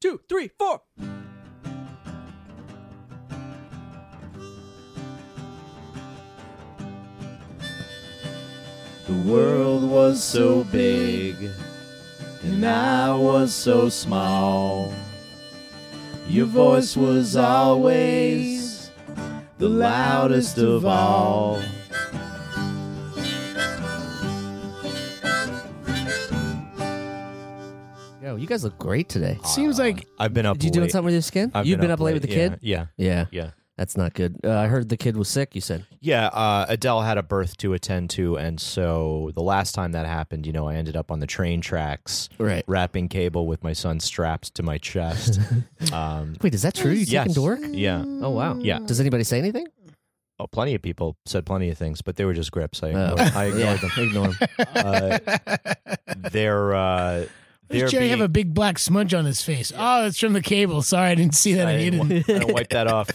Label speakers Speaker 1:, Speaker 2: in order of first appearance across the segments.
Speaker 1: two, three, four.
Speaker 2: The world was so big, and I was so small. Your voice was always the loudest of all.
Speaker 3: Yo, you guys look great today.
Speaker 4: Seems like
Speaker 5: I've been up.
Speaker 3: you doing
Speaker 5: late.
Speaker 3: something with your skin?
Speaker 5: I've
Speaker 3: You've been, up late, with the
Speaker 5: yeah,
Speaker 3: kid?
Speaker 5: Yeah,
Speaker 3: Yeah.
Speaker 5: yeah,
Speaker 3: That's not good. Uh, I heard the kid was sick, you said.
Speaker 5: yeah. Uh, Adele had a birth to attend to, and so the last time that happened, you know, I ended up on the train tracks,
Speaker 3: Right.
Speaker 5: wrapping cable with my son strapped to my chest. um,
Speaker 3: Wait, is that true? You
Speaker 5: yes.
Speaker 3: taking to work?
Speaker 5: Yeah.
Speaker 3: Oh, wow.
Speaker 5: Yeah.
Speaker 3: Does anybody say anything?
Speaker 5: Oh, plenty of people said plenty of things, but they were just grips. I
Speaker 3: Oh.
Speaker 5: ignored, I ignored
Speaker 3: Yeah,
Speaker 5: them.
Speaker 3: ignore him.
Speaker 5: Uh, they're uh, they're
Speaker 4: does Jerry have a
Speaker 5: being-
Speaker 4: big black smudge on his face? Oh, it's from the cable. Sorry, I didn't see that. I
Speaker 5: I
Speaker 4: needed.
Speaker 5: didn't wa- I don't wipe that off.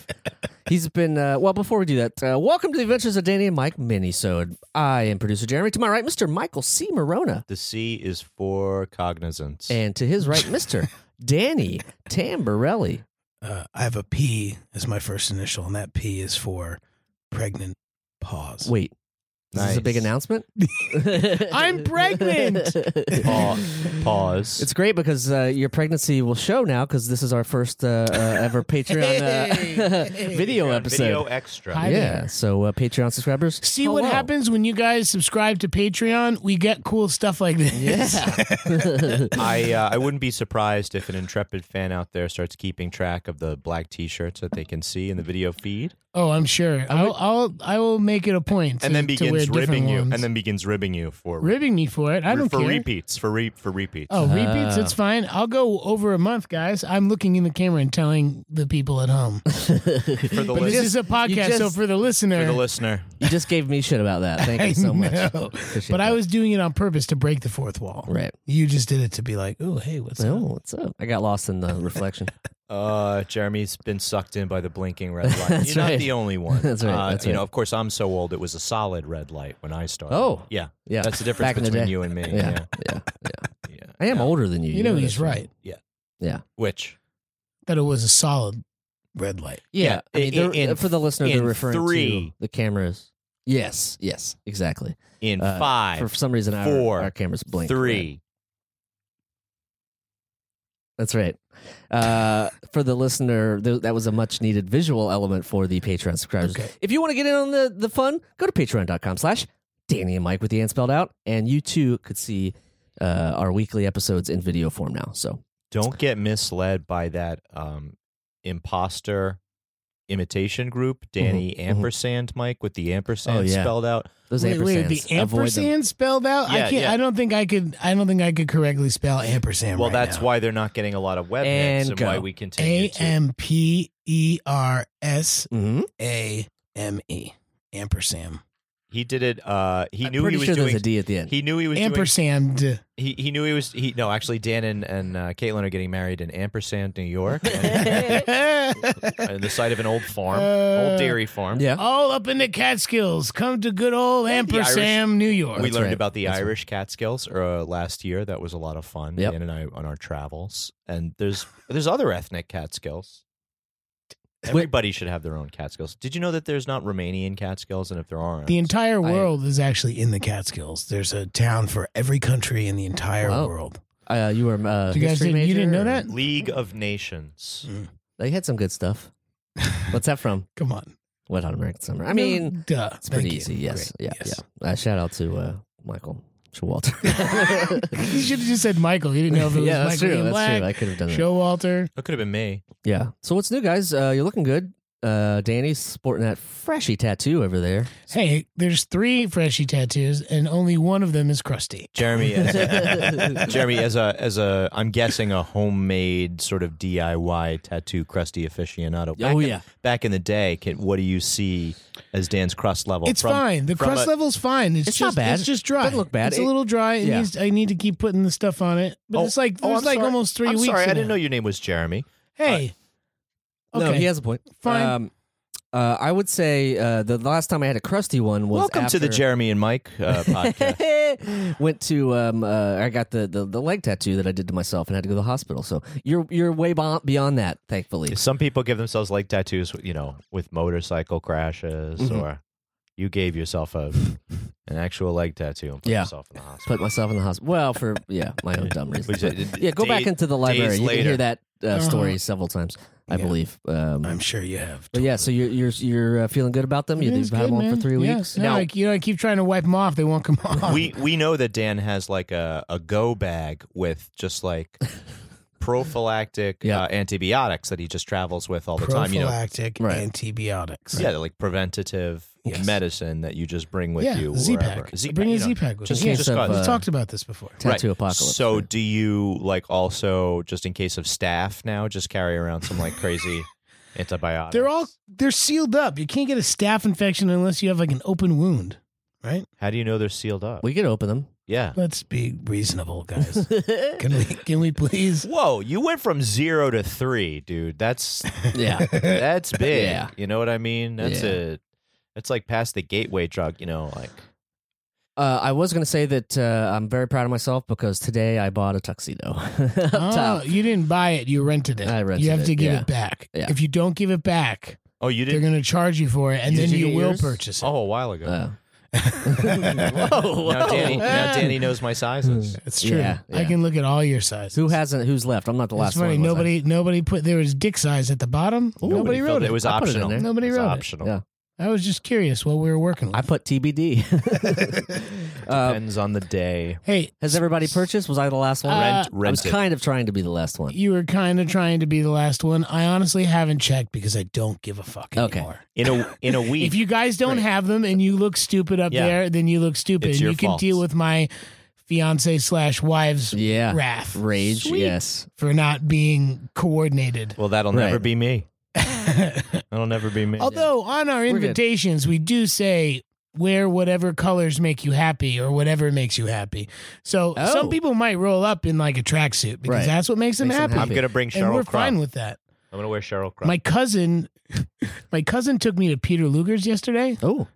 Speaker 3: He's been, uh, well, before we do that, uh, welcome to the Adventures of Danny and Mike Minisode. I am producer Jeremy. To my right, Mr. Michael C. Morona.
Speaker 5: The C is for cognizance.
Speaker 3: And to his right, Mr. Danny Tamborelli.
Speaker 6: Uh, I have a P as my first initial, and that P is for pregnant pause.
Speaker 3: Wait, is this a big
Speaker 5: Nice.
Speaker 3: announcement?
Speaker 4: I'm pregnant!
Speaker 5: Pa- pause.
Speaker 3: It's great because uh, your pregnancy will show now because this is our first uh, uh, ever Patreon uh, video episode.
Speaker 5: video extra.
Speaker 4: Hi.
Speaker 3: Yeah, so uh, Patreon subscribers. Oh,
Speaker 4: See
Speaker 3: hello.
Speaker 4: what happens when you guys subscribe to Patreon. We get cool stuff like this.
Speaker 3: Yeah.
Speaker 5: I uh, I wouldn't be surprised if an intrepid fan out there starts keeping track of the black T-shirts that they can see in the video feed,
Speaker 4: Oh, I'm sure. I'll, I'll I will make it a point.
Speaker 5: and
Speaker 4: to-
Speaker 5: then
Speaker 4: to wear
Speaker 5: begins
Speaker 4: different
Speaker 5: ribbing you,
Speaker 4: ones.
Speaker 5: and then begins ribbing you for
Speaker 4: ribbing me for it. I don't
Speaker 5: for
Speaker 4: care.
Speaker 5: repeats for re- for repeats.
Speaker 4: Oh, repeats.
Speaker 3: Ah.
Speaker 4: It's fine. I'll go over a month, guys. I'm looking in the camera and telling the people at home.
Speaker 5: for the
Speaker 4: But this
Speaker 5: lis-
Speaker 4: is a podcast, so
Speaker 3: just-
Speaker 4: for the listener,
Speaker 5: for the listener.
Speaker 3: you just gave me shit about that. Thank you so much.
Speaker 4: know.
Speaker 3: Appreciate
Speaker 4: But I
Speaker 3: that.
Speaker 4: was doing it on purpose to break the fourth wall.
Speaker 3: right.
Speaker 6: You just did it to be like, oh, hey, what's
Speaker 3: So
Speaker 6: up?
Speaker 3: what's up? I got lost in the reflection.
Speaker 5: Uh, Jeremy's been sucked in by the blinking red light.
Speaker 3: That's
Speaker 5: You're
Speaker 3: right.
Speaker 5: not the only one.
Speaker 3: That's right,
Speaker 5: Uh,
Speaker 3: that's
Speaker 5: you
Speaker 3: right.
Speaker 5: know, of course, I'm so old. It was a solid red light when I started.
Speaker 3: Oh.
Speaker 5: yeah,
Speaker 3: Yeah,
Speaker 5: that's the difference
Speaker 3: Back in the
Speaker 5: between
Speaker 3: day.
Speaker 5: you and me.
Speaker 3: yeah, yeah.
Speaker 5: yeah. yeah.
Speaker 3: I am
Speaker 5: Yeah.
Speaker 3: older than you.
Speaker 4: You know
Speaker 3: that.
Speaker 4: he's right
Speaker 5: Which
Speaker 4: that it was a solid red light.
Speaker 3: Yeah, I
Speaker 5: Yeah,
Speaker 3: mean, they're-
Speaker 5: in- in-
Speaker 3: for the listener, they're
Speaker 5: in
Speaker 3: referring
Speaker 5: three.
Speaker 3: to the cameras. Yes, yes, exactly.
Speaker 5: in
Speaker 3: Uh, For
Speaker 5: five,
Speaker 3: some reason, our-
Speaker 5: four,
Speaker 3: our, cameras blink.
Speaker 5: three.
Speaker 3: That's right. Uh, for the listener, th- that was a much needed visual element for the Patreon subscribers.
Speaker 4: Okay.
Speaker 3: If you want to get in on the, the fun, go to patreon.com slash Danny and Mike with the and spelled out, and you too could see uh, our weekly episodes in video form now. So
Speaker 5: don't get misled by that um, imposter imitation group, Danny
Speaker 3: Mhm, mhm.
Speaker 5: ampersand Mike with the ampersand
Speaker 3: Oh, yeah.
Speaker 5: spelled out.
Speaker 3: those
Speaker 4: wait, wait,
Speaker 3: ampersands,
Speaker 4: the
Speaker 3: avoid them.
Speaker 4: ampersand spelled out? I
Speaker 5: Yeah,
Speaker 4: can't
Speaker 5: yeah.
Speaker 4: I don't think I could I don't think I could correctly spell ampersand.
Speaker 5: Well,
Speaker 4: right
Speaker 5: that's
Speaker 4: now.
Speaker 5: why they're not getting a lot of web hits
Speaker 3: And
Speaker 5: and
Speaker 3: go.
Speaker 5: why we continue
Speaker 4: A
Speaker 5: to.
Speaker 4: M P E R S
Speaker 3: Mhm.
Speaker 6: A M E. Ampersand.
Speaker 5: he did it. Uh, he
Speaker 3: I'm
Speaker 5: knew he
Speaker 3: pretty
Speaker 5: was
Speaker 3: sure
Speaker 5: doing.
Speaker 3: there's a D at the end.
Speaker 5: he knew he was doing.
Speaker 4: Ampersand.
Speaker 5: He, he knew he was. He no, actually, Dan and, and uh, Caitlin are getting married in ampersand New York, on the site of an old farm,
Speaker 4: Uh,
Speaker 5: old dairy farm.
Speaker 3: yeah.
Speaker 4: All up in the Catskills. Come to good old
Speaker 5: Irish-
Speaker 4: Ampersand, New York.
Speaker 5: we
Speaker 3: That's
Speaker 5: learned
Speaker 3: right.
Speaker 5: about the
Speaker 3: That's right.
Speaker 5: Irish Catskills uh, last year. That was a lot of fun.
Speaker 3: Yep.
Speaker 5: Dan and I on our travels. And there's there's other ethnic Catskills. Everybody should have their own Catskills. Did you know that there's not Romanian Catskills, and if there aren't,
Speaker 4: The
Speaker 5: the
Speaker 4: entire
Speaker 3: I-
Speaker 4: world.
Speaker 6: World is actually in the Catskills. There's a town for every country in the entire
Speaker 3: Wow.
Speaker 6: world.
Speaker 3: Uh, you were uh,
Speaker 4: You guys
Speaker 3: history
Speaker 4: didn't- you
Speaker 3: major
Speaker 4: didn't know
Speaker 3: or-
Speaker 4: that?
Speaker 5: League of Nations.
Speaker 3: They had some good stuff. What's that from?
Speaker 6: Come on.
Speaker 3: What Hot American Summer? I mean,
Speaker 6: Duh.
Speaker 3: It's pretty
Speaker 6: Thank you.
Speaker 3: easy. Yes.
Speaker 6: Great.
Speaker 3: Yeah.
Speaker 6: Yes.
Speaker 3: Yeah. Uh, shout out to uh, Michael Showalter.
Speaker 4: you should have just said Michael. You didn't know if it was
Speaker 3: yeah, that's
Speaker 4: Michael
Speaker 3: true.
Speaker 4: Ian
Speaker 3: That's
Speaker 4: Black,
Speaker 3: true. I could have done that.
Speaker 4: Showalter.
Speaker 5: That could have been me.
Speaker 3: Yeah. So what's new, guys? Uh, you're looking good. Uh, Danny's sporting that freshy tattoo over there.
Speaker 4: Hey, there's three Freshie tattoos, and only one of them is crusty.
Speaker 5: Jeremy, as a, Jeremy, as a as a, I'm guessing a homemade sort of DIY tattoo crusty aficionado. Back
Speaker 3: Oh,
Speaker 5: in-
Speaker 3: yeah.
Speaker 5: back in the day, can, what do you see as Dan's crust level?
Speaker 4: It's
Speaker 5: From-
Speaker 4: fine. The
Speaker 5: from
Speaker 4: crust
Speaker 5: a-
Speaker 4: level's fine. It's,
Speaker 3: It's not
Speaker 4: just
Speaker 3: bad.
Speaker 4: It's just dry.
Speaker 3: Doesn't look bad.
Speaker 4: It's a
Speaker 3: It-
Speaker 4: little dry. It
Speaker 3: yeah.
Speaker 4: needs, I need to keep putting the stuff on it, but
Speaker 5: Oh,
Speaker 4: it's like
Speaker 5: oh,
Speaker 4: there's
Speaker 5: I'm
Speaker 4: like
Speaker 5: sorry.
Speaker 4: almost 3
Speaker 5: I'm
Speaker 4: weeks.
Speaker 5: Sorry,
Speaker 4: in
Speaker 5: I didn't know
Speaker 4: it.
Speaker 5: your name was Jeremy.
Speaker 4: Hey.
Speaker 3: No,
Speaker 4: okay.
Speaker 3: he has a point.
Speaker 4: Fine.
Speaker 3: Um, Uh, I would say uh, the last time I had a crusty one was
Speaker 5: Welcome to the
Speaker 3: after-
Speaker 5: Jeremy and Mike uh, podcast.
Speaker 3: Went to um, uh, I got the, the the leg tattoo that I did to myself and had to go to the hospital. So you're you're way bo- beyond that, thankfully.
Speaker 5: Some people give themselves leg tattoos, you know, with motorcycle crashes,
Speaker 4: Mm-hmm.
Speaker 3: Mhm.
Speaker 5: or you gave yourself a an actual leg tattoo and put
Speaker 3: Yeah.
Speaker 5: yourself in the hospital.
Speaker 3: Put myself in the hospital. Well, for yeah, my own dumb reasons.
Speaker 5: Which, uh, d-
Speaker 3: Yeah, go
Speaker 5: day-
Speaker 3: back into the library.
Speaker 5: days
Speaker 3: You can hear
Speaker 5: later.
Speaker 3: that uh,
Speaker 4: Uh-huh.
Speaker 3: story several times, I
Speaker 6: Yeah.
Speaker 3: believe. Um,
Speaker 6: I'm sure you have.
Speaker 3: but yeah, so you're you're you're uh, feeling good about them. You,
Speaker 4: It's
Speaker 3: you've had
Speaker 4: good,
Speaker 3: one for
Speaker 4: man.
Speaker 3: three
Speaker 4: Yeah.
Speaker 3: weeks.
Speaker 4: No,
Speaker 5: Now-
Speaker 4: like, you know, I keep trying to wipe them off. They won't come off.
Speaker 5: we we know that Dan has like a, a go bag with just like prophylactic
Speaker 3: Yeah.
Speaker 5: uh, antibiotics that he just travels with all the time. You know,
Speaker 6: Prophylactic
Speaker 3: Right.
Speaker 6: antibiotics.
Speaker 5: yeah, like preventative
Speaker 6: Yes.
Speaker 5: medicine that you just bring with
Speaker 4: yeah,
Speaker 5: you. wherever.
Speaker 4: Z-Pack.
Speaker 5: Z-Pack,
Speaker 4: Bring a
Speaker 5: you know.
Speaker 4: Z-Pack with
Speaker 5: just-
Speaker 4: you.
Speaker 3: In
Speaker 4: Yeah,
Speaker 3: case
Speaker 5: just
Speaker 3: of,
Speaker 5: got-
Speaker 4: We've
Speaker 3: uh,
Speaker 4: talked about this before.
Speaker 3: tattoo
Speaker 5: Right.
Speaker 3: apocalypse.
Speaker 5: So, do you like also just in case of staff now just carry around some like crazy antibiotics?
Speaker 4: They're all they're sealed up. You can't get a staph infection unless you have like an open wound.
Speaker 5: How do you know they're sealed up?
Speaker 3: we could open them.
Speaker 5: yeah.
Speaker 6: Let's be reasonable, guys. Can we?
Speaker 4: Can we please?
Speaker 5: Whoa, you went from zero to three, dude. That's
Speaker 3: yeah,
Speaker 5: that's big.
Speaker 3: Yeah.
Speaker 5: You know what I mean? That's
Speaker 3: Yeah.
Speaker 5: a that's like past the gateway drug. You know, like
Speaker 3: uh, I was gonna say that uh, I'm very proud of myself because today I bought a tuxedo. Up
Speaker 4: Oh,
Speaker 3: top.
Speaker 4: you didn't buy it. You rented it.
Speaker 3: I rented
Speaker 4: you have to
Speaker 3: it,
Speaker 4: give
Speaker 3: yeah.
Speaker 4: it back.
Speaker 3: Yeah.
Speaker 4: If you don't give it back,
Speaker 5: oh, you
Speaker 4: they're
Speaker 5: didn't.
Speaker 4: going to charge you for it, and
Speaker 6: Did
Speaker 4: then
Speaker 6: you
Speaker 4: you
Speaker 6: get
Speaker 4: will
Speaker 6: yours?
Speaker 4: purchase it.
Speaker 5: Oh, a while ago.
Speaker 3: Uh,
Speaker 6: Whoa.
Speaker 5: Now Danny, now
Speaker 4: Ah.
Speaker 5: Danny knows my sizes.
Speaker 4: That's true.
Speaker 3: Yeah,
Speaker 4: I
Speaker 3: yeah.
Speaker 4: can look at all your sizes.
Speaker 3: who hasn't? Who's left? I'm not the
Speaker 4: It's
Speaker 3: last
Speaker 4: funny.
Speaker 3: one. was I?
Speaker 4: Nobody, nobody put there was dick size at the bottom. nobody
Speaker 5: filled
Speaker 4: wrote it.
Speaker 5: It was
Speaker 3: I put it in
Speaker 5: optional.
Speaker 3: there.
Speaker 4: Nobody
Speaker 5: it was
Speaker 4: wrote it.
Speaker 5: optional.
Speaker 3: Yeah.
Speaker 4: I was just curious what we were working with.
Speaker 3: I put TBD. uh,
Speaker 5: Depends on the day.
Speaker 4: hey,
Speaker 3: has everybody purchased? Was I the last one?
Speaker 4: Uh,
Speaker 5: Rent,
Speaker 3: I was
Speaker 5: rent it.
Speaker 3: kind of trying to be the last one.
Speaker 4: you were kind of trying to be the last one. I honestly haven't checked because I don't give a fuck
Speaker 3: Okay.
Speaker 4: anymore.
Speaker 5: in a in a week.
Speaker 4: If you guys don't
Speaker 3: Right.
Speaker 4: have them and you look stupid up
Speaker 5: Yeah.
Speaker 4: there, then you look stupid.
Speaker 5: It's
Speaker 4: and
Speaker 5: your
Speaker 4: you can
Speaker 5: fault.
Speaker 4: deal with my fiance slash wife's
Speaker 3: Yeah.
Speaker 4: wrath
Speaker 3: Rage. Yes.
Speaker 4: for not being coordinated.
Speaker 5: well, that'll
Speaker 3: Right.
Speaker 5: never be me. That'll never be me.
Speaker 4: Although on our
Speaker 3: good.
Speaker 4: invitations, we do say wear whatever colors make you happy or whatever makes you happy. So
Speaker 3: Oh.
Speaker 4: some people might roll up in like a tracksuit because
Speaker 3: Right.
Speaker 4: that's what makes them
Speaker 3: Makes them
Speaker 4: happy.
Speaker 5: I'm gonna bring
Speaker 4: And we're
Speaker 5: Cheryl Crow.
Speaker 4: fine
Speaker 5: I'm
Speaker 4: with that.
Speaker 5: gonna wear Cheryl Crow.
Speaker 4: My cousin, my cousin took me to Peter Luger's yesterday.
Speaker 3: Oh.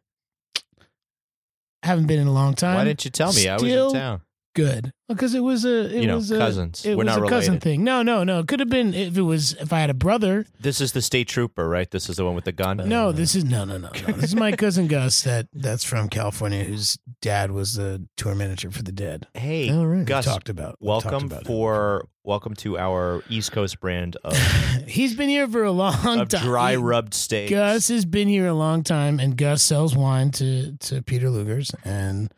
Speaker 4: Haven't been in a long time.
Speaker 5: Why didn't you tell me? I was
Speaker 4: still-
Speaker 5: in town.
Speaker 4: Good because it was a it
Speaker 5: You know,
Speaker 4: was a,
Speaker 5: cousins.
Speaker 4: It
Speaker 5: We're
Speaker 4: was
Speaker 5: not
Speaker 4: a cousin
Speaker 5: related.
Speaker 4: thing. No, no, no. It could have been if it was if I had a brother.
Speaker 5: This is the state trooper, right? This is the one with the gun.
Speaker 4: No,
Speaker 5: Uh,
Speaker 4: this is no, no, no, no.
Speaker 6: this is my cousin Gus that that's from California, whose dad was the tour manager for the dead.
Speaker 5: Hey,
Speaker 3: All right.
Speaker 5: Gus,
Speaker 6: Talked about.
Speaker 5: welcome
Speaker 6: talked about
Speaker 5: for welcome to our East Coast brand of,
Speaker 4: He's been here for a long
Speaker 5: of
Speaker 4: time.
Speaker 5: dry rubbed steaks.
Speaker 4: Gus has been here a long time, and Gus sells wine to.
Speaker 6: it. to Peter Luger's, and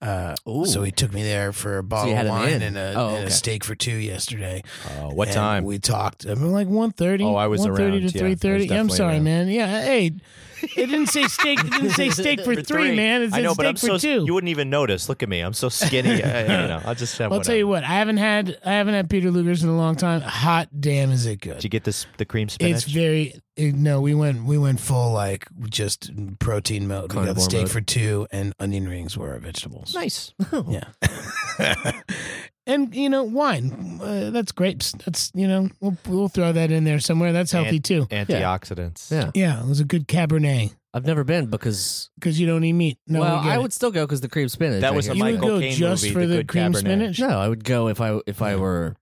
Speaker 6: uh,
Speaker 3: Ooh.
Speaker 6: so he took me there for a bottle
Speaker 3: had
Speaker 6: of
Speaker 3: him in.
Speaker 6: wine and a,
Speaker 3: Oh,
Speaker 6: and
Speaker 3: okay.
Speaker 6: a steak for two yesterday.
Speaker 5: Uh, what
Speaker 6: And
Speaker 5: time?
Speaker 6: We talked. I
Speaker 4: I mean, uh, like 1.30.
Speaker 5: Oh, I was
Speaker 4: 1.30
Speaker 5: around, yeah. I was
Speaker 4: to 3.30. Yeah, I'm
Speaker 5: definitely
Speaker 4: sorry,
Speaker 5: around.
Speaker 4: man. Yeah, hey, it didn't say steak. It didn't say steak for,
Speaker 5: For
Speaker 4: three, man. It said
Speaker 5: I know,
Speaker 4: steak
Speaker 5: but I'm so
Speaker 4: for two.
Speaker 5: you wouldn't even notice. Look at me, I'm so skinny. I, I don't know. I'll just have.
Speaker 4: I'll
Speaker 5: whatever.
Speaker 4: tell you what. I haven't had I haven't had Peter Luger's in a long time. Hot damn, is it
Speaker 5: Did
Speaker 6: good.
Speaker 5: you get this? The cream spinach.
Speaker 6: It's very it- no. We went we went full like just protein mode. We got the
Speaker 3: Carnivore
Speaker 6: steak
Speaker 3: mode.
Speaker 6: for two, and onion rings were our vegetables.
Speaker 5: nice.
Speaker 6: Yeah.
Speaker 4: and you know wine. Uh, that's grapes. That's you know we'll, we'll throw that in there somewhere. That's healthy
Speaker 5: And-
Speaker 4: too.
Speaker 5: Antioxidants.
Speaker 3: Yeah.
Speaker 4: Yeah, it was a good Cabernet
Speaker 3: I've never been because.
Speaker 4: because you don't eat meat. No,
Speaker 3: well,
Speaker 4: we get
Speaker 3: I
Speaker 4: it.
Speaker 3: would still go because the cream spinach.
Speaker 5: That
Speaker 3: I
Speaker 5: was
Speaker 3: guess.
Speaker 5: a
Speaker 4: You would
Speaker 5: Michael
Speaker 4: go
Speaker 5: Caine
Speaker 4: just
Speaker 5: movie,
Speaker 4: for
Speaker 5: The
Speaker 4: the
Speaker 5: Good
Speaker 4: cream
Speaker 5: Cabernet.
Speaker 4: spinach.
Speaker 3: No, I would go if I if I were,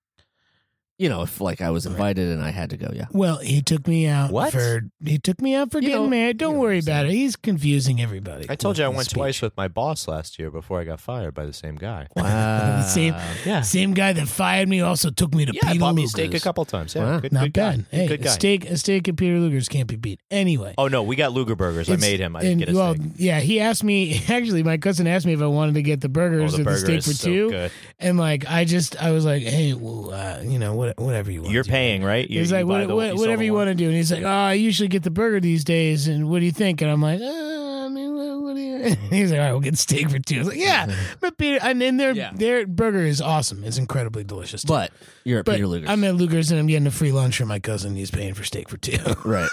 Speaker 3: you know, if like I was invited and I had to go. Yeah.
Speaker 4: Well, he took me out
Speaker 5: What?
Speaker 4: for he took me out for
Speaker 3: You
Speaker 4: getting
Speaker 3: know-
Speaker 4: married. Don't
Speaker 3: you know
Speaker 4: worry
Speaker 3: what I'm
Speaker 4: about it. He's confusing everybody.
Speaker 5: I told you I
Speaker 4: with
Speaker 5: went
Speaker 4: his
Speaker 5: twice
Speaker 4: speech.
Speaker 5: with my boss last year before I got fired by the same guy.
Speaker 3: Wow.
Speaker 4: same-
Speaker 5: Yeah.
Speaker 4: Same guy that fired me also took me to
Speaker 5: Yeah, I
Speaker 4: Peter
Speaker 5: bought me a
Speaker 4: Luger's.
Speaker 5: steak a couple times. Yeah,
Speaker 3: Wow.
Speaker 5: good,
Speaker 4: Not
Speaker 5: good
Speaker 4: bad.
Speaker 5: Guy.
Speaker 4: Hey,
Speaker 5: good
Speaker 4: a
Speaker 5: guy.
Speaker 4: steak a steak at Peter Luger's can't be beat. Anyway.
Speaker 5: Oh no, we got Luger burgers. I
Speaker 4: it's-
Speaker 5: made him. I didn't
Speaker 4: and,
Speaker 5: get a
Speaker 4: well,
Speaker 5: steak.
Speaker 4: yeah, he asked me. Actually, my cousin asked me if I wanted to get the burgers
Speaker 5: oh, the
Speaker 4: or the
Speaker 5: burger
Speaker 4: steak
Speaker 5: is
Speaker 4: for
Speaker 5: so
Speaker 4: two,
Speaker 5: good.
Speaker 4: and like I just I was like, hey, well,
Speaker 6: uh, you know what, whatever you want.
Speaker 5: You're
Speaker 6: to do.
Speaker 5: paying, right? You-
Speaker 4: he's
Speaker 5: you
Speaker 4: like,
Speaker 5: buy
Speaker 4: what,
Speaker 5: the-
Speaker 4: what-
Speaker 5: sell
Speaker 4: whatever
Speaker 5: the
Speaker 4: you
Speaker 5: one.
Speaker 4: want to do, and he's like, oh, I usually get the burger these days, and what do you think? And I'm like, uh, I mean, what, what do you? he's like, all right, we'll get steak for two. I was like, yeah, but Peter, and then their
Speaker 3: Yeah.
Speaker 4: their burger is awesome.
Speaker 6: It's incredibly delicious. too.
Speaker 3: But you're at
Speaker 4: But
Speaker 3: Peter Luger's.
Speaker 4: I'm at Luger's and I'm getting a free
Speaker 6: free lunch for my cousin. He's paying for steak for two.
Speaker 3: right.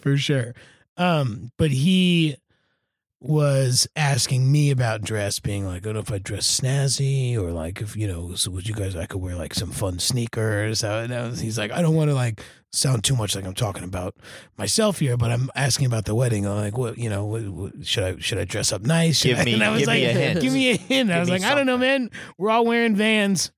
Speaker 4: for sure. Um, but he
Speaker 6: was asking me about dress, being like, "I don't know if I dress snazzy or like if you know, so would you guys? I could wear like some fun sneakers." I- And I was- he's like, "I don't want to like sound too much like I'm talking about myself here, but I'm asking about the wedding. I'm like, what you know, what, what, should I should I dress up nice? Should
Speaker 5: Give
Speaker 6: I-"
Speaker 5: me-
Speaker 6: and I was
Speaker 5: give
Speaker 6: like,
Speaker 5: me a hint.
Speaker 6: give me a hint. I
Speaker 5: Give
Speaker 6: was
Speaker 5: me
Speaker 6: like, I don't know, man.
Speaker 4: We're all wearing Vans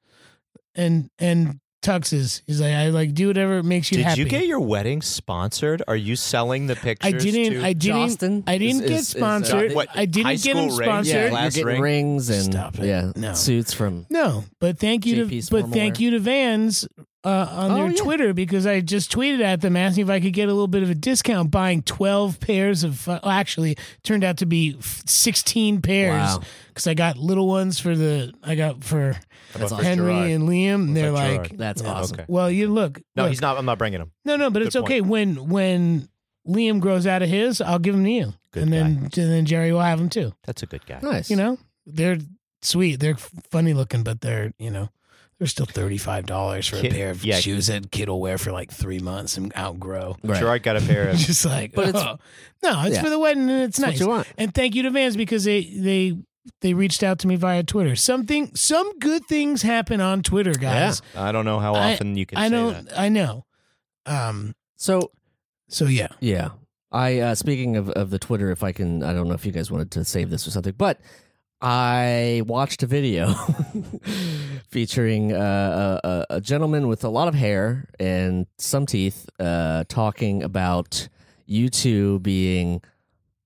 Speaker 4: and and tuxes. He's like, I like do whatever makes you
Speaker 5: Did
Speaker 4: happy.
Speaker 5: you get your wedding sponsored? Are you selling the pictures?
Speaker 4: I didn't.
Speaker 5: to-
Speaker 4: I didn't.
Speaker 3: Justin,
Speaker 4: I didn't
Speaker 3: is-
Speaker 4: get
Speaker 3: is- is, uh,
Speaker 4: sponsored.
Speaker 5: What,
Speaker 4: I didn't
Speaker 5: high
Speaker 4: get
Speaker 5: school
Speaker 4: him
Speaker 5: ring?
Speaker 4: sponsored.
Speaker 3: yeah,
Speaker 5: Glass
Speaker 3: you're getting
Speaker 5: ring?
Speaker 3: rings and
Speaker 6: Stop it.
Speaker 3: yeah,
Speaker 6: No.
Speaker 3: suits from.
Speaker 4: No, but thank you
Speaker 3: JP's
Speaker 4: to but
Speaker 3: formal
Speaker 4: thank
Speaker 3: wear.
Speaker 4: you to Vans uh, on
Speaker 3: Oh,
Speaker 4: their
Speaker 3: yeah.
Speaker 4: Twitter because I just tweeted at them asking if I could get a little bit of a discount buying twelve pairs of. Uh, well, actually, turned out to be f- sixteen pairs
Speaker 3: Wow.
Speaker 4: because I got little ones for the I got for
Speaker 3: That's awesome.
Speaker 4: Henry
Speaker 5: Gerard?
Speaker 4: and Liam. And they're
Speaker 5: about
Speaker 4: like,
Speaker 5: Gerard?
Speaker 3: That's
Speaker 4: Yeah.
Speaker 3: awesome.
Speaker 5: Okay.
Speaker 4: well, you look.
Speaker 5: No,
Speaker 4: look.
Speaker 5: he's not. I'm not bringing him.
Speaker 4: No, no, but it's
Speaker 5: Good
Speaker 4: okay. When when Liam grows out of his, I'll give him to you,
Speaker 5: Good
Speaker 4: and then and then Jerry will have him too.
Speaker 5: That's a good guy.
Speaker 3: Nice.
Speaker 4: You know, they're sweet. They're funny looking, but they're you know
Speaker 6: They're still thirty five dollars for
Speaker 5: Kid-
Speaker 6: a pair of
Speaker 5: yeah.
Speaker 6: shoes that kid will wear for like three months and outgrow.
Speaker 3: Right.
Speaker 5: Gerard got a pair of.
Speaker 6: Just like,
Speaker 3: But it's-
Speaker 6: oh.
Speaker 4: no, it's
Speaker 3: Yeah.
Speaker 4: for the wedding and it's
Speaker 3: That's
Speaker 4: nice.
Speaker 3: what you want.
Speaker 4: And thank you to Vans because they they they reached out to me via Twitter. Something some good things happen on Twitter, guys.
Speaker 5: I don't know how
Speaker 4: I-
Speaker 5: often you can.
Speaker 4: I
Speaker 5: say
Speaker 4: don't
Speaker 5: that.
Speaker 4: I know.
Speaker 6: um.
Speaker 3: So
Speaker 6: So yeah,
Speaker 3: yeah, I uh, speaking of of the Twitter, if I can, I don't know if you guys wanted to save this or something, but I watched a video featuring uh, a, a- a gentleman with a lot of hair and some teeth uh, talking about you two being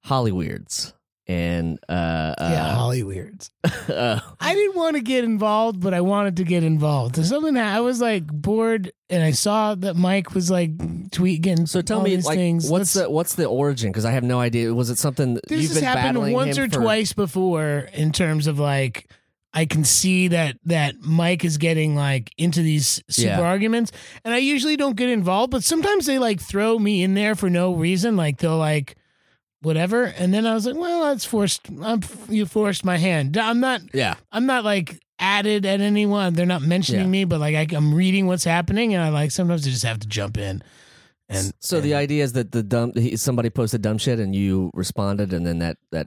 Speaker 3: Hollyweirds and uh,
Speaker 6: yeah,
Speaker 3: uh,
Speaker 6: Holly weirds.
Speaker 3: uh,
Speaker 4: I didn't want to get involved, but I wanted to get involved. There's something that I was like bored, and I saw that Mike was like tweeting.
Speaker 3: So tell
Speaker 4: all
Speaker 3: me,
Speaker 4: these
Speaker 3: like,
Speaker 4: things.
Speaker 3: what's
Speaker 4: Let's-
Speaker 3: the what's the origin? Because I have no idea. Was it something that
Speaker 4: this
Speaker 3: you've
Speaker 4: has
Speaker 3: been
Speaker 4: happened
Speaker 3: battling
Speaker 4: once
Speaker 3: him
Speaker 4: or
Speaker 3: for-
Speaker 4: twice before in terms of like I can see that that Mike is getting like into these super
Speaker 3: Yeah.
Speaker 4: arguments, and I usually don't get involved, but sometimes they like throw me in there for no reason. Like they'll like whatever, and then I was like, well, that's forced. I'm, you forced my hand. I'm not
Speaker 3: Yeah,
Speaker 4: I'm not like added at anyone. They're not mentioning
Speaker 3: Yeah.
Speaker 4: me, but like I, I'm reading what's happening, and I like sometimes I just have to jump in.
Speaker 6: And
Speaker 3: so the idea is that the dumb he, somebody posted dumb shit and you responded, and then that that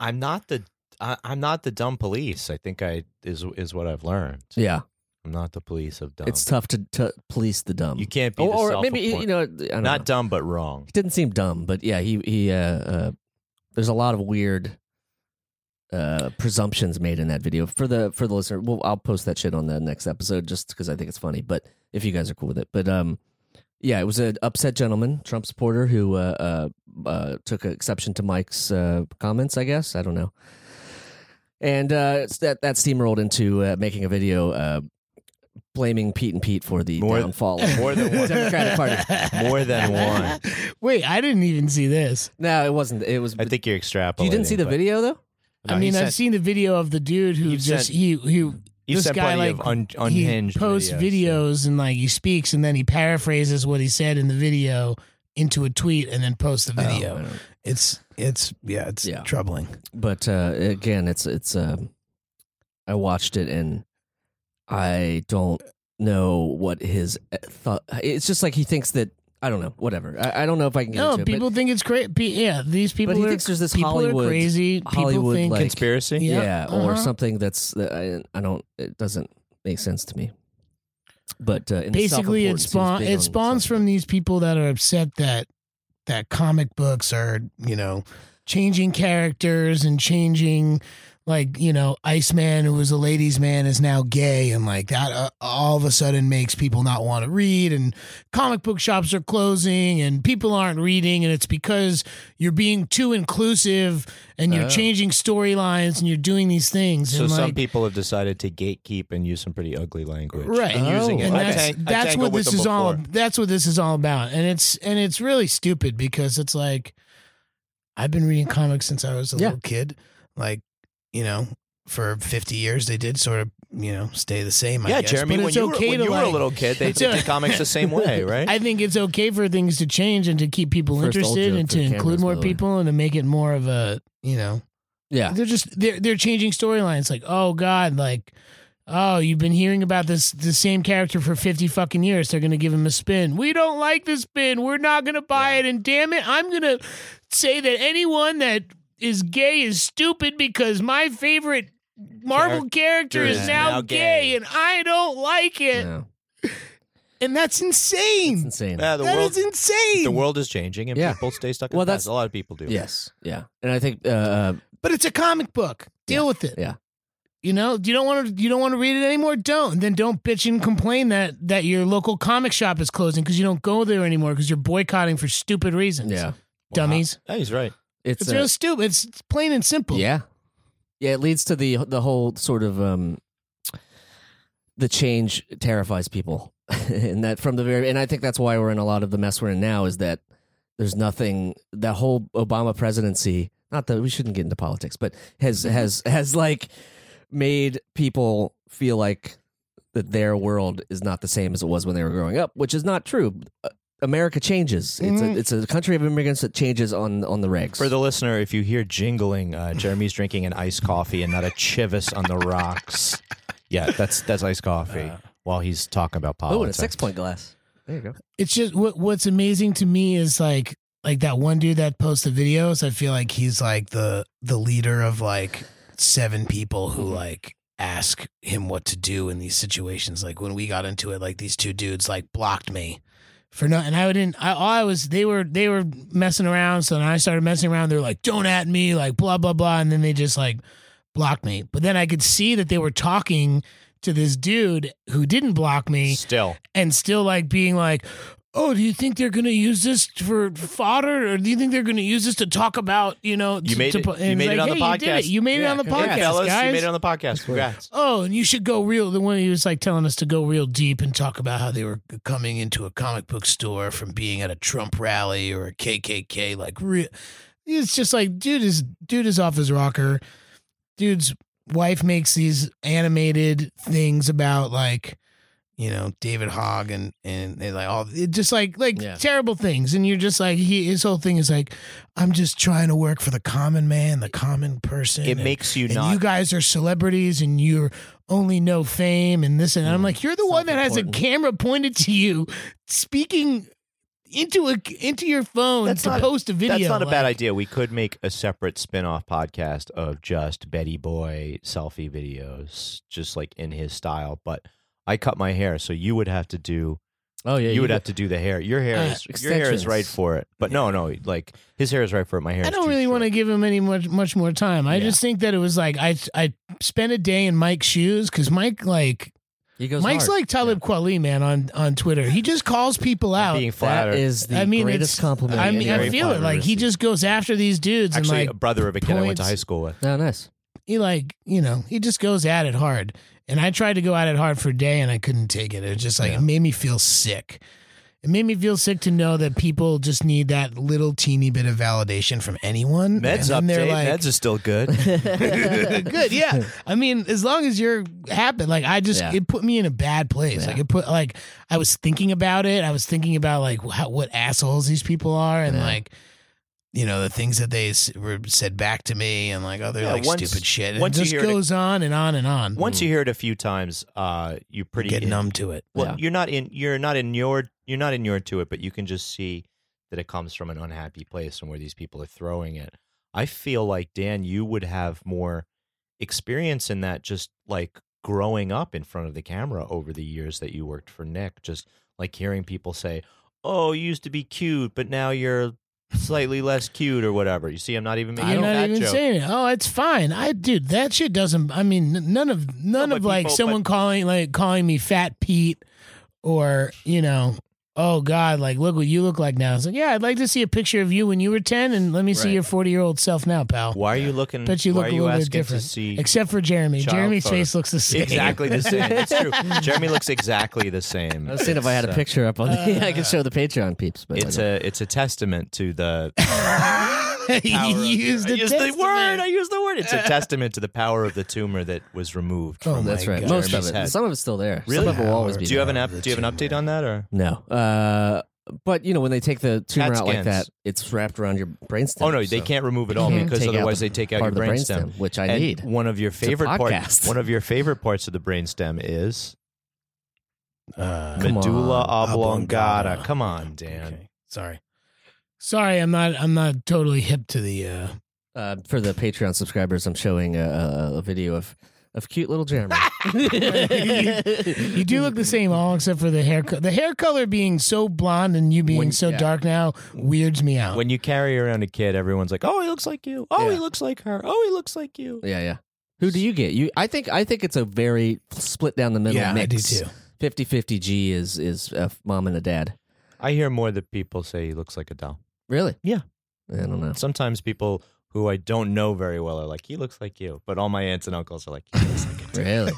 Speaker 5: I'm not the. I, I'm not the dumb police. I think I is is what I've learned.
Speaker 3: yeah,
Speaker 5: I'm not the police of dumb.
Speaker 3: it's tough to, to police the dumb.
Speaker 5: You can't be.
Speaker 3: or,
Speaker 5: the
Speaker 3: or maybe
Speaker 5: self-appoint-
Speaker 3: you know, I don't
Speaker 5: not
Speaker 3: know.
Speaker 5: dumb but wrong.
Speaker 3: He didn't seem dumb, but yeah, he he. Uh, uh, there's a lot of weird uh presumptions made in that video for the for the listener well i'll post that shit on the next episode just because i think it's funny but if you guys are cool with it but um yeah it was an upset gentleman trump supporter who uh uh, uh took exception to mike's uh comments i guess i don't know and uh it's that that steamrolled into uh, making a video uh blaming pete and pete for the
Speaker 5: More-
Speaker 3: downfall of
Speaker 5: More than one.
Speaker 3: democratic party
Speaker 5: More than one.
Speaker 4: Wait, I didn't even see this.
Speaker 3: No, it wasn't. It was.
Speaker 5: I think you're extrapolating.
Speaker 3: you didn't see the
Speaker 5: but-
Speaker 3: video though.
Speaker 5: No,
Speaker 4: I
Speaker 5: he
Speaker 4: mean, I've
Speaker 5: sent-
Speaker 4: seen the video of the dude who
Speaker 5: You've
Speaker 4: just
Speaker 5: sent-
Speaker 4: he he.
Speaker 5: you
Speaker 4: this
Speaker 5: sent
Speaker 4: guy
Speaker 5: plenty
Speaker 4: like
Speaker 5: of un,
Speaker 4: he
Speaker 5: unhinged
Speaker 4: posts
Speaker 5: videos.
Speaker 4: videos and like he speaks and then he paraphrases what he said in the video into a tweet and then posts the video.
Speaker 3: Oh, I don't-
Speaker 6: It's it's yeah, it's
Speaker 3: Yeah.
Speaker 6: troubling.
Speaker 3: but uh, again, it's it's. Um, I watched it and I don't know what his thought. It's just like he thinks that I don't know. Whatever. I, I don't know if I can get
Speaker 4: no,
Speaker 3: into
Speaker 4: Oh, people
Speaker 3: it.
Speaker 4: think it's crazy. Yeah, these
Speaker 3: But,
Speaker 4: people.
Speaker 3: but he
Speaker 4: are,
Speaker 3: thinks there's this
Speaker 4: people
Speaker 3: Hollywood,
Speaker 4: are crazy. People
Speaker 3: Hollywood,
Speaker 4: think
Speaker 3: like-
Speaker 5: Conspiracy.
Speaker 4: Yeah,
Speaker 3: yeah, or
Speaker 4: uh-huh.
Speaker 3: something that's that I, I don't. It doesn't make sense to me. But uh, in his
Speaker 4: basically
Speaker 3: self-importance, he
Speaker 4: it
Speaker 3: was
Speaker 4: spawn
Speaker 3: big
Speaker 4: it
Speaker 3: on
Speaker 4: spawns
Speaker 3: something.
Speaker 4: from these people that are upset that that comic books are you know changing characters and changing like you know iceman who was a ladies man is now gay and like that uh, all of a sudden makes people not want to read and comic book shops are closing and people aren't reading and it's because you're being too inclusive and you're
Speaker 5: Oh.
Speaker 4: changing storylines and you're doing these things
Speaker 5: So
Speaker 4: and
Speaker 5: some
Speaker 4: like
Speaker 5: people have decided to gatekeep and use some pretty ugly language.
Speaker 4: Right.
Speaker 5: And using
Speaker 3: Oh.
Speaker 5: it.
Speaker 4: and
Speaker 5: I
Speaker 4: that's,
Speaker 5: tang- I
Speaker 4: that's
Speaker 5: tangled
Speaker 4: what
Speaker 5: with
Speaker 4: this
Speaker 5: them
Speaker 4: is all
Speaker 5: before.
Speaker 4: that's what this is all about and it's and it's really stupid because it's like
Speaker 6: I've been reading comics since I was a
Speaker 3: Yeah.
Speaker 6: little kid. Like, you know, for fifty years they did sort of, you know, stay the same. I
Speaker 5: Yeah,
Speaker 6: guess.
Speaker 5: Jeremy,
Speaker 4: but
Speaker 5: when
Speaker 4: it's
Speaker 5: you,
Speaker 4: okay
Speaker 5: were, when
Speaker 4: to
Speaker 5: you were a
Speaker 4: like-
Speaker 5: little kid, they
Speaker 4: It's
Speaker 5: did
Speaker 4: a-
Speaker 5: the comics the same way, right?
Speaker 4: i think it's okay for things to change and to keep people
Speaker 3: First old
Speaker 4: interested
Speaker 3: joke
Speaker 4: and
Speaker 3: for
Speaker 4: to
Speaker 3: the
Speaker 4: include
Speaker 3: cameras,
Speaker 4: more
Speaker 3: by the way.
Speaker 4: people and to make it more of a you know
Speaker 3: yeah.
Speaker 4: they're just they're they're changing storylines like oh god like oh you've been hearing about this the same character for 50 fucking years they're gonna give him a spin we don't like this spin we're not gonna buy it and damn it i'm gonna say that anyone that is gay is stupid because my favorite Marvel character is now, gay, and I don't like it.
Speaker 3: No,
Speaker 4: And that's
Speaker 3: it's
Speaker 4: insane.
Speaker 3: insane.
Speaker 5: Yeah, the
Speaker 4: That
Speaker 5: world
Speaker 4: is insane.
Speaker 5: the world is changing, and
Speaker 3: Yeah.
Speaker 5: people stay stuck. In
Speaker 3: Well,
Speaker 5: the past.
Speaker 3: that's-
Speaker 5: a lot of people do.
Speaker 3: yes, yeah, and I think uh,
Speaker 4: But it's a comic book. Deal with it.
Speaker 3: yeah.
Speaker 4: You know, you don't want to you don't want to read it anymore. Don't. And then don't bitch and complain that that your local comic shop is closing because you don't go there anymore because you're boycotting for stupid reasons.
Speaker 3: yeah,
Speaker 4: Dummies.
Speaker 5: Yeah, he's right.
Speaker 3: it's,
Speaker 4: It's
Speaker 3: uh,
Speaker 4: real stupid. It's plain and simple.
Speaker 3: Yeah. Yeah, it leads to the the whole sort of um the change terrifies people. and that from the very and I think that's why we're in a lot of the mess we're in now is that there's nothing that whole Obama presidency, not that we shouldn't get into politics, but has has has like made people feel like that their world is not the same as it was when they were growing up, which is not true. Uh, America changes.
Speaker 4: Mhm.
Speaker 3: It's a it's a country of immigrants that changes on on the regs.
Speaker 5: Mm. For the listener, if you hear jingling, uh, Jeremy's drinking an iced coffee and not a chivas on the rocks. Yeah, that's that's iced coffee while he's talking about
Speaker 3: oh, and a
Speaker 5: politics.
Speaker 3: six point glass. There you go.
Speaker 4: It's just what what's amazing to me is like like that one dude that posts the videos. I feel like he's like the the leader of like
Speaker 6: seven people who like ask him what to do in these situations. Like when we got into it, like these two dudes like blocked me.
Speaker 4: for no and I didn't I all I was they were they were messing around so then I started messing around they were like don't at me like blah blah blah and then they just like blocked me but then I could see that they were talking to this dude who didn't block me
Speaker 5: Still,
Speaker 4: and still like being like oh do you think they're going to use this for fodder or do you think they're going to use this to talk about you know
Speaker 5: You
Speaker 4: to-
Speaker 5: made
Speaker 4: to
Speaker 5: it-
Speaker 4: put-"
Speaker 5: you
Speaker 4: and it's
Speaker 5: made it
Speaker 4: like,
Speaker 5: on the
Speaker 4: "Hey, you did it.
Speaker 5: podcast."
Speaker 4: you made it on the
Speaker 3: Yeah,
Speaker 4: podcast
Speaker 5: fellas, you
Speaker 4: guys."
Speaker 5: made it on the podcast. Congrats.
Speaker 4: Oh, and you should go real. The one he was like telling us to go real deep and talk about how they were coming into a comic book store from being at a Trump rally or a KKK. Like, re- it's just like, dude is dude is off his rocker. Dude's wife makes these animated things about like, you know, David Hogg and and, and like all it just like like
Speaker 3: Yeah.
Speaker 4: terrible things. And you're just like, he his whole thing is like, I'm just trying to work for the common man, the common person.
Speaker 5: It
Speaker 4: and-
Speaker 5: makes you
Speaker 4: and
Speaker 5: not.
Speaker 4: you guys are celebrities and you're only know fame and this and
Speaker 5: Mm,
Speaker 4: I'm like you're the one that has a
Speaker 3: Self-important.
Speaker 4: camera pointed to you speaking into a into your phone
Speaker 5: That's
Speaker 4: to
Speaker 5: not-
Speaker 4: post a video
Speaker 5: that's not a
Speaker 4: Like,
Speaker 5: bad idea. We could make a separate spin-off podcast of just Betty Boy selfie videos, just like in his style. But I cut my hair, so you would have to do.
Speaker 3: Oh yeah,
Speaker 5: you, would have to do the hair. Your hair
Speaker 4: Uh,
Speaker 5: is your hair is right
Speaker 3: extensions.
Speaker 5: for it. But no, no, like his hair is right for it. My hair.
Speaker 4: I don't really want to give him any much much more time I
Speaker 5: Yeah.
Speaker 4: just think that it was like I I spent a day in Mike's shoes cuz Mike like
Speaker 3: He goes
Speaker 4: Mike's
Speaker 3: hard.
Speaker 4: like Talib Kweli man on on Twitter he just calls people out
Speaker 5: being flat.
Speaker 3: That is the
Speaker 4: I mean,
Speaker 3: greatest
Speaker 4: it's-
Speaker 3: compliment.
Speaker 4: I mean I
Speaker 5: very
Speaker 4: feel it like he just goes after these dudes
Speaker 5: actually
Speaker 4: and like
Speaker 5: a brother of a kid I went to
Speaker 4: points-
Speaker 5: high school with.
Speaker 3: No, Oh, nice.
Speaker 4: he like you know he just goes at it hard and i tried to go at it hard for a day and i couldn't take it it was just like it made me feel sick it made me feel sick to know that people just need that little teeny bit of validation from anyone
Speaker 5: Meds
Speaker 4: and
Speaker 5: update.
Speaker 4: they're like
Speaker 5: Meds is still good.
Speaker 4: good yeah i mean as long as you're happy like i just
Speaker 3: Yeah.
Speaker 4: it put me in a bad place
Speaker 3: Yeah.
Speaker 4: like it put like i was thinking about it i was thinking about like how, what assholes these people are and
Speaker 3: Yeah.
Speaker 4: like
Speaker 6: You know, the things that they s- were said back to me and
Speaker 4: oh,
Speaker 6: like other
Speaker 5: Yeah,
Speaker 6: like
Speaker 5: once-
Speaker 6: stupid shit. And
Speaker 5: once
Speaker 4: it just
Speaker 5: you hear it-
Speaker 4: goes on and on and on
Speaker 5: Once you hear it a few times, uh, you pretty
Speaker 6: get numb to it.
Speaker 5: Well,
Speaker 3: Yeah.
Speaker 5: you're not in. You're not in your. You're not in your to it, but you can just see that it comes from an unhappy place and where these people are throwing it. I feel like Dan, you would have more experience in that, just like growing up in front of the camera over the years that you worked for Nick. Just like hearing people say, "Oh, you used to be cute, but now you're slightly less cute," or whatever. You see, I'm not even making
Speaker 4: You're
Speaker 5: a
Speaker 4: not
Speaker 5: fat
Speaker 4: even
Speaker 5: joke.
Speaker 4: saying it. Oh, it's fine. I dude, that shit doesn't. I mean, n- none of none
Speaker 5: but
Speaker 4: of like
Speaker 5: people-
Speaker 4: someone calling like calling me Fat Pete or you know, oh God, like look what you look like now. It's like yeah, I'd like to see a picture of you when you were ten, and let me see
Speaker 3: Right.
Speaker 4: your forty year old self now, pal.
Speaker 5: Why are you looking?
Speaker 4: Bet you
Speaker 5: why
Speaker 4: look
Speaker 5: are
Speaker 4: a
Speaker 5: you
Speaker 4: little bit
Speaker 5: asking
Speaker 4: different.
Speaker 5: to see?
Speaker 4: Except for Jeremy.
Speaker 5: Child
Speaker 4: Jeremy's
Speaker 5: photo.
Speaker 4: face looks the same.
Speaker 5: Exactly the same. It's true. Jeremy looks exactly the same.
Speaker 3: I was saying if I had a
Speaker 5: It's, uh,
Speaker 3: picture up on the, I could show the Patreon peeps, but
Speaker 5: It's
Speaker 3: I
Speaker 5: a it's a testament to the
Speaker 4: he used,
Speaker 5: I
Speaker 4: a
Speaker 5: used the
Speaker 4: testament.
Speaker 5: word. I used the word. It's a testament to the power of the tumor that was removed.
Speaker 4: Oh
Speaker 5: from
Speaker 4: my
Speaker 3: that's right.
Speaker 4: God.
Speaker 3: Most of
Speaker 5: Jeremy's
Speaker 3: it.
Speaker 5: head.
Speaker 3: Some of it's still there.
Speaker 5: Really?
Speaker 3: Some of it will always be.
Speaker 5: Do you have
Speaker 3: there.
Speaker 5: an up, Do you have an update on that or?
Speaker 3: No. Uh, but you know when they take the tumor
Speaker 5: CAT
Speaker 3: out like
Speaker 5: scans.
Speaker 3: that, it's wrapped around your brainstem.
Speaker 5: Oh no, they
Speaker 3: so
Speaker 5: can't remove it all
Speaker 3: can't
Speaker 5: because
Speaker 3: take out
Speaker 5: otherwise
Speaker 3: the
Speaker 5: they take out
Speaker 3: part
Speaker 5: your
Speaker 3: of the
Speaker 5: brainstem.
Speaker 3: brainstem, which I
Speaker 5: and
Speaker 3: need.
Speaker 5: one of your favorite parts.
Speaker 3: podcast.
Speaker 5: One of your favorite parts of the brainstem is
Speaker 6: Uh,
Speaker 3: Come
Speaker 5: medulla
Speaker 6: on.
Speaker 5: oblongata.
Speaker 6: Oblongata.
Speaker 5: Come on, Dan.
Speaker 6: okay. Sorry.
Speaker 4: Sorry, I'm not. I'm not totally hip to the uh,
Speaker 3: uh, for the Patreon subscribers, I'm showing a, a- a video of of cute little Jeremy.
Speaker 4: You do look the same, all except for the hair. Co- the hair color being so blonde and you being
Speaker 5: When-
Speaker 4: so
Speaker 5: yeah.
Speaker 4: dark now weirds me out.
Speaker 5: When you carry around a kid, everyone's like, "Oh, he looks like you. Oh, he
Speaker 3: Yeah.
Speaker 5: looks like her. Oh, he looks like you."
Speaker 3: Yeah, yeah. Who do you get? You, I think, I think it's a very split down the middle
Speaker 4: Yeah, I
Speaker 3: mix.
Speaker 4: do too.
Speaker 3: 50-50 G is is a f- mom and a dad.
Speaker 5: I hear more that people say he looks like a doll.
Speaker 3: Really?
Speaker 5: Yeah.
Speaker 3: I don't know.
Speaker 5: Sometimes people who I don't know very well are like, "He looks like you," but all my aunts and uncles are like, "He looks like a doll."
Speaker 3: Really?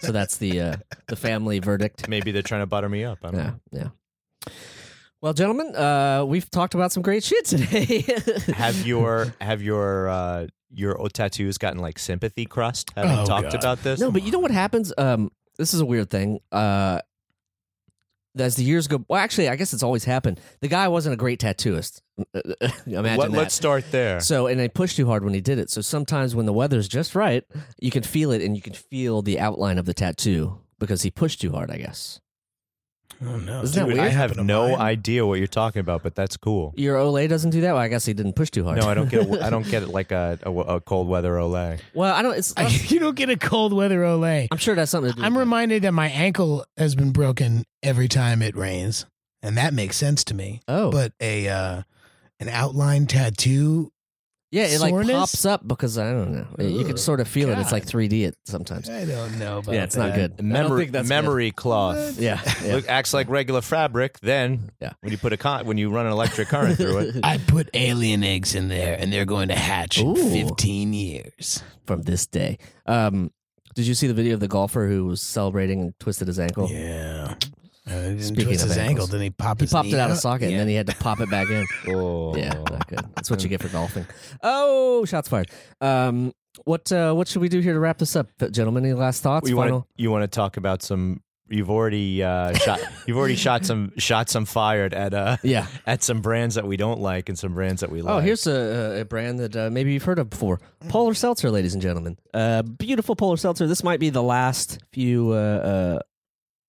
Speaker 3: so that's the uh, the family verdict.
Speaker 5: Maybe they're trying to butter me up. I don't
Speaker 3: Yeah,
Speaker 5: know.
Speaker 3: yeah. Well, gentlemen, uh, we've talked about some great shit today.
Speaker 5: Have your have your uh, your old tattoos gotten like sympathy crust? Have
Speaker 4: Oh,
Speaker 5: we talked
Speaker 4: God.
Speaker 5: about this?
Speaker 3: no, but you know what happens? Um, this is a weird thing. Uh, as the years go, well, actually, I guess it's always happened. The guy wasn't a great tattooist. Imagine
Speaker 5: Let,
Speaker 3: that.
Speaker 5: let's start there.
Speaker 3: So, and I pushed too hard when he did it. So sometimes when the weather's just right, you can feel it and you can feel the outline of the tattoo because he pushed too hard, I guess.
Speaker 6: Oh no!
Speaker 3: Isn't that
Speaker 6: Dude,
Speaker 3: weird?
Speaker 5: I have
Speaker 6: happened to
Speaker 5: no
Speaker 6: mine.
Speaker 5: idea what you're talking about, but that's cool.
Speaker 3: Your Olay doesn't do that? Well, I guess he didn't push too hard.
Speaker 5: No, I don't get a, I don't get it like a, a, a cold weather Olay.
Speaker 3: well, I don't. It's,
Speaker 4: I, you don't get a cold weather Olay.
Speaker 3: I'm sure that's something to do
Speaker 4: I'm
Speaker 3: with it.
Speaker 4: reminded that my ankle has been broken every time it rains.
Speaker 6: and that makes sense to me.
Speaker 3: Oh,
Speaker 6: But a uh, an outline tattoo.
Speaker 3: yeah, it like
Speaker 6: soreness?
Speaker 3: pops up because I don't know. you can
Speaker 6: Ugh,
Speaker 3: sort of feel it. It's like 3D it sometimes.
Speaker 6: I don't know. About
Speaker 3: Yeah, it's not
Speaker 6: that.
Speaker 3: good. I don't
Speaker 5: Memory
Speaker 3: think that's
Speaker 5: memory cloth.
Speaker 3: good. Yeah, yeah.
Speaker 5: Look, acts like regular fabric. Then
Speaker 3: Yeah.
Speaker 5: when you put a con- when you run an electric current through it,
Speaker 6: I put alien eggs in there, and they're going to hatch
Speaker 3: Ooh.
Speaker 6: in 15 years.
Speaker 3: from this day. Um, did you see the video of the golfer who was celebrating and twisted his ankle?
Speaker 6: Yeah. Uh,
Speaker 3: Speaking
Speaker 6: Speaking twist
Speaker 3: of
Speaker 6: his ankle,
Speaker 3: ankles.
Speaker 6: then he popped
Speaker 3: He
Speaker 6: his
Speaker 3: popped
Speaker 6: knee
Speaker 3: it out of socket
Speaker 6: Yeah.
Speaker 3: and then he had to pop it back in.
Speaker 5: oh
Speaker 3: Yeah, not good. That's what you get for golfing. Oh, shots fired. Um, what uh, what should we do here to wrap this up, gentlemen? Any last thoughts?
Speaker 5: you want
Speaker 3: Final.
Speaker 5: to you want to talk about some? You've already uh, shot. You've already shot some shot some fired at uh
Speaker 3: Yeah.
Speaker 5: at some brands that we don't like and some brands that we like.
Speaker 3: Oh, here's a, a brand that uh, maybe you've heard of before. Polar Seltzer, ladies and gentlemen. Uh, beautiful Polar Seltzer. This might be the last few uh, uh,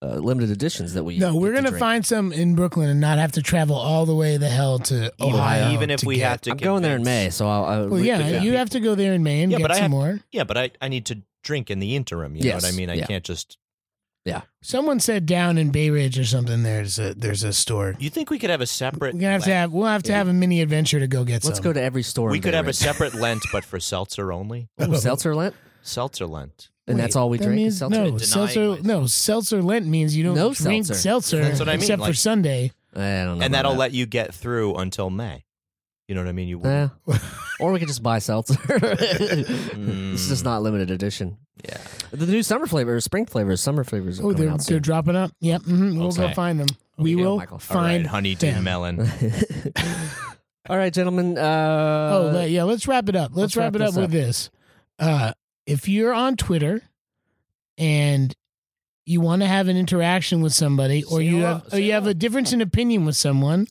Speaker 3: uh, limited editions that we.
Speaker 4: No, we're
Speaker 3: get
Speaker 4: gonna
Speaker 3: drink.
Speaker 4: find some in Brooklyn and not have to travel all the way the hell to
Speaker 5: even,
Speaker 4: Ohio.
Speaker 5: even if
Speaker 4: to
Speaker 5: we
Speaker 4: get-
Speaker 5: have to.
Speaker 3: Oh, I'm going there in
Speaker 5: convince-
Speaker 3: May, so I'll. uh, I'll
Speaker 4: well, yeah,
Speaker 5: Yeah.
Speaker 4: you have to go there in May and
Speaker 5: Yeah,
Speaker 4: get
Speaker 5: but I
Speaker 4: some
Speaker 5: have-
Speaker 4: more.
Speaker 5: Yeah, but I, I need to drink in the interim. You
Speaker 3: Yes,
Speaker 5: know what I mean? I
Speaker 3: yeah.
Speaker 5: can't just.
Speaker 4: Someone said down in Bay Ridge or something. There's a
Speaker 6: There's a store.
Speaker 5: You think we could have a separate?
Speaker 4: we're gonna have to
Speaker 5: Lent-
Speaker 4: have we'll have to have a mini adventure to go get
Speaker 3: Let's
Speaker 4: some.
Speaker 3: go to every store.
Speaker 5: We
Speaker 3: in
Speaker 5: could
Speaker 3: Bay
Speaker 5: have a
Speaker 3: Ridge.
Speaker 5: separate Lent, but for seltzer only.
Speaker 3: Ooh, seltzer lent,
Speaker 5: Seltzer Lent.
Speaker 3: and that's all we
Speaker 4: that
Speaker 3: drink.
Speaker 4: means-
Speaker 3: is seltzer.
Speaker 4: No, seltzer.
Speaker 5: myself.
Speaker 4: No, seltzer Lent means you don't
Speaker 3: No
Speaker 4: drink
Speaker 3: seltzer.
Speaker 4: seltzer,
Speaker 5: That's what I mean,
Speaker 4: except for
Speaker 5: like-
Speaker 4: Sunday.
Speaker 3: I don't know.
Speaker 5: and
Speaker 3: about
Speaker 5: that'll
Speaker 3: that. Eh.
Speaker 5: let you get through until May. You know what I mean? You
Speaker 3: Yeah.
Speaker 5: wouldn't-
Speaker 3: or we could just buy seltzer. It's just not limited edition.
Speaker 5: Yeah.
Speaker 3: The new summer flavor, spring flavors, summer flavors. Are
Speaker 4: Oh,
Speaker 3: coming
Speaker 4: they're
Speaker 3: out
Speaker 4: they're
Speaker 3: soon.
Speaker 4: dropping up. Yep, mhm, we'll go
Speaker 5: Okay.
Speaker 4: find them. We
Speaker 3: Okay,
Speaker 4: will
Speaker 3: Michael. All
Speaker 5: All right,
Speaker 4: find.
Speaker 5: honey, dew
Speaker 4: them.
Speaker 5: melon.
Speaker 3: All right, gentlemen. Uh,
Speaker 4: oh, le- yeah. Let's wrap it up. Let's,
Speaker 3: let's
Speaker 4: wrap,
Speaker 3: wrap
Speaker 4: it up
Speaker 3: this
Speaker 4: with
Speaker 3: up.
Speaker 4: this. Uh, if you're on Twitter and you want to have an interaction with somebody, or
Speaker 5: Say
Speaker 4: you
Speaker 5: hello,
Speaker 4: have, or
Speaker 5: say
Speaker 4: you have
Speaker 5: hello.
Speaker 4: a difference in opinion with someone,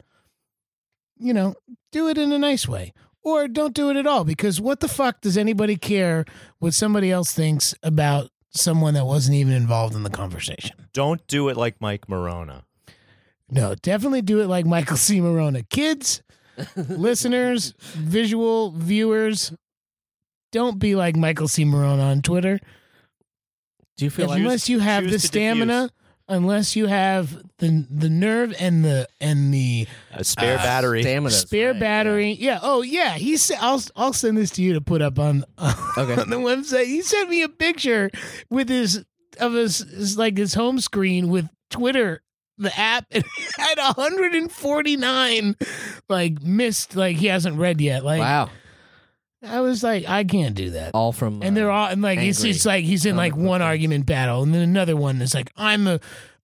Speaker 4: you know, do it in a nice way, or don't do it at all. Because what the fuck does anybody care what somebody else thinks about someone that wasn't even involved in the conversation?
Speaker 5: Don't do it like Mike Morona.
Speaker 4: No, definitely do it like Michael C. Morona. Kids, listeners, visual viewers, don't be like Michael C. Morona on Twitter.
Speaker 3: do you feel like
Speaker 5: you-
Speaker 4: unless you have
Speaker 5: choose
Speaker 4: the
Speaker 5: to
Speaker 4: stamina, unless you have the the nerve and the and the
Speaker 5: A spare battery.
Speaker 3: Ah, stamina?
Speaker 4: spare battery. Yeah. Oh yeah. He said I'll I'll send this to you to put up on
Speaker 3: Okay.
Speaker 4: on the website. He sent me a picture with his of his, his like his home screen with Twitter the app and it had 149 like missed like he hasn't read yet like
Speaker 3: Wow,
Speaker 4: i was like i can't do that
Speaker 3: all from uh,
Speaker 4: and they're all and like it's
Speaker 3: angry.
Speaker 4: it's like he's in like
Speaker 3: Comic book
Speaker 4: one
Speaker 3: fans.
Speaker 4: argument battle and then another one is like i'm a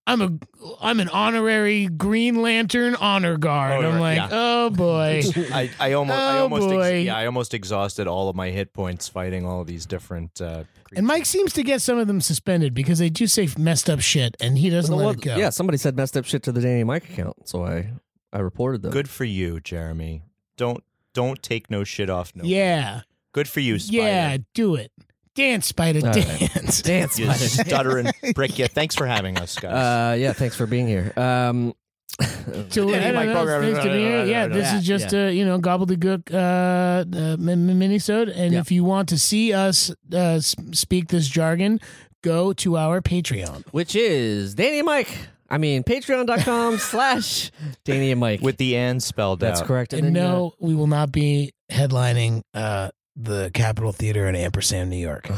Speaker 4: I'm a I'm an honorary Green Lantern honor guard.
Speaker 5: Oh,
Speaker 4: I'm
Speaker 5: right,
Speaker 4: like,
Speaker 5: yeah.
Speaker 4: oh boy.
Speaker 5: I, I almost, I
Speaker 4: Oh,
Speaker 5: almost,
Speaker 4: boy.
Speaker 5: yeah, I almost exhausted all of my hit points fighting all these different. Uh,
Speaker 4: and Mike seems to get some of them suspended because they do say messed up shit, and he doesn't let it go.
Speaker 3: Yeah, somebody said messed up shit to the Danny Mike account, so I I reported them.
Speaker 5: Good for you, Jeremy. Don't don't take no shit off. No.
Speaker 4: yeah,
Speaker 5: Good for you, Spider.
Speaker 4: yeah. Do it, dance, Spider,
Speaker 3: All right.
Speaker 4: dance.
Speaker 3: dance.
Speaker 5: You
Speaker 3: Mike.
Speaker 5: stuttering prick. Yeah. Thanks for having us, guys.
Speaker 3: Uh, yeah, thanks for being here. Um,
Speaker 4: So
Speaker 5: Any
Speaker 4: I don't
Speaker 5: Mike
Speaker 4: know,
Speaker 5: Bogart-
Speaker 4: it's nice to be here. Yeah, this is just uh, you know gobbledygook uh, uh, minisode. And
Speaker 3: Yeah.
Speaker 4: if you want to see us uh, s- speak this jargon, go to our Patreon.
Speaker 3: which is Danny and Mike. I mean, patreon.com slash Danny and Mike.
Speaker 5: with the and spelled
Speaker 3: That's
Speaker 5: out.
Speaker 3: correct.
Speaker 4: And,
Speaker 3: then, uh,
Speaker 4: no,
Speaker 6: We will not be headlining uh, the Capitol Theater in Ampersand, New York.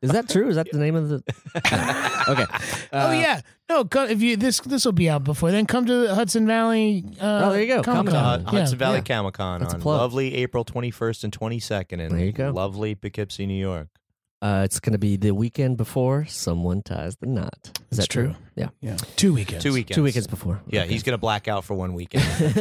Speaker 3: is that true? Is that the name of the. No. Okay.
Speaker 4: oh
Speaker 3: Uh,
Speaker 4: yeah, no. Come, if you this this will be out before then, come to the Hudson Valley. Uh,
Speaker 3: Oh, there you go.
Speaker 5: Come to
Speaker 4: Comic-Con.
Speaker 5: Hud-
Speaker 4: Yeah,
Speaker 5: Hudson Valley
Speaker 4: yeah.
Speaker 5: Comic Con
Speaker 3: That's a
Speaker 5: on
Speaker 3: plug.
Speaker 5: lovely April 21st and 22nd in
Speaker 3: There you go.
Speaker 5: lovely Poughkeepsie, New York.
Speaker 3: Uh, it's going to be the weekend before someone ties the knot.
Speaker 6: It's
Speaker 3: Is that true?
Speaker 6: true.
Speaker 3: Yeah.
Speaker 6: Two weekends.
Speaker 5: Two weekends.
Speaker 3: Two weekends before.
Speaker 5: Yeah,
Speaker 3: Okay.
Speaker 5: he's going to black out for one weekend.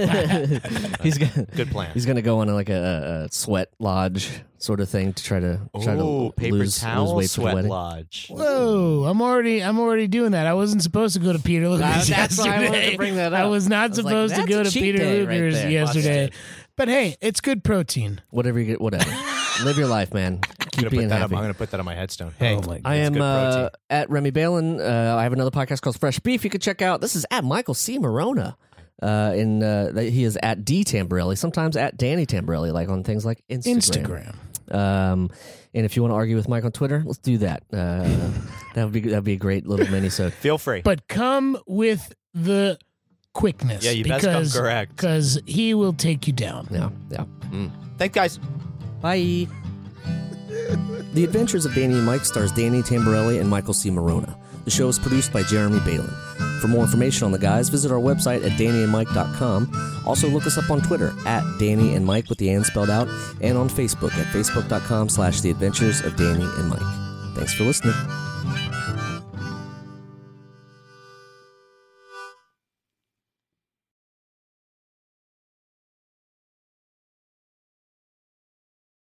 Speaker 3: he's gonna
Speaker 5: Good plan.
Speaker 3: he's gonna go on like a, a sweat lodge sort of thing to try to try to
Speaker 5: oh, paper
Speaker 3: lose, lose
Speaker 5: towel
Speaker 3: weight for the
Speaker 5: sweat
Speaker 3: wedding.
Speaker 5: lodge.
Speaker 4: Whoa! I'm already I'm already doing that. I wasn't supposed to go to Peter Luger's
Speaker 3: Uh, that's why I
Speaker 4: yesterday.
Speaker 3: wanted to bring that
Speaker 4: I
Speaker 3: up.
Speaker 4: was not
Speaker 3: I was like,
Speaker 4: supposed to
Speaker 3: that's
Speaker 4: go
Speaker 3: a
Speaker 4: to
Speaker 3: cheat
Speaker 4: Peter
Speaker 3: day right
Speaker 4: Luger's
Speaker 3: there.
Speaker 4: yesterday. But hey, it's good protein.
Speaker 3: Whatever you get, whatever. Live your life, man.
Speaker 5: I'm
Speaker 3: Keep
Speaker 5: gonna put
Speaker 3: being
Speaker 5: that up.
Speaker 3: happy.
Speaker 5: I'm going to put that on my headstone. Hey,
Speaker 6: Oh my
Speaker 3: I
Speaker 5: It's
Speaker 3: am
Speaker 5: good protein.
Speaker 3: uh, at Remy Balin. Uh, I have another podcast called Fresh Beef. You can check out. This is at Michael C. Morona. Uh, and uh, that- he is at D Tamborelli, sometimes at Danny Tamborelli, like on things like
Speaker 6: Instagram.
Speaker 3: Um, and if you want to argue with Mike on Twitter, let's do that. Uh, that would be that would be a great little mini. So
Speaker 5: feel free.
Speaker 4: But come with the quickness.
Speaker 5: yeah, you best come
Speaker 4: because,
Speaker 5: correct.
Speaker 4: Because he will take you down.
Speaker 3: yeah, yeah.
Speaker 5: Thanks, guys.
Speaker 3: Bye. the Adventures of Danny and Mike stars Danny Tamborelli and Michael C. Morona. The show is produced by Jeremy Balin. For more information on the guys, visit our website at dannyandmike.com. Also, look us up on Twitter at Danny and Mike with the and spelled out, and on Facebook at facebook.com slash the adventures of Danny and Mike. Thanks for listening.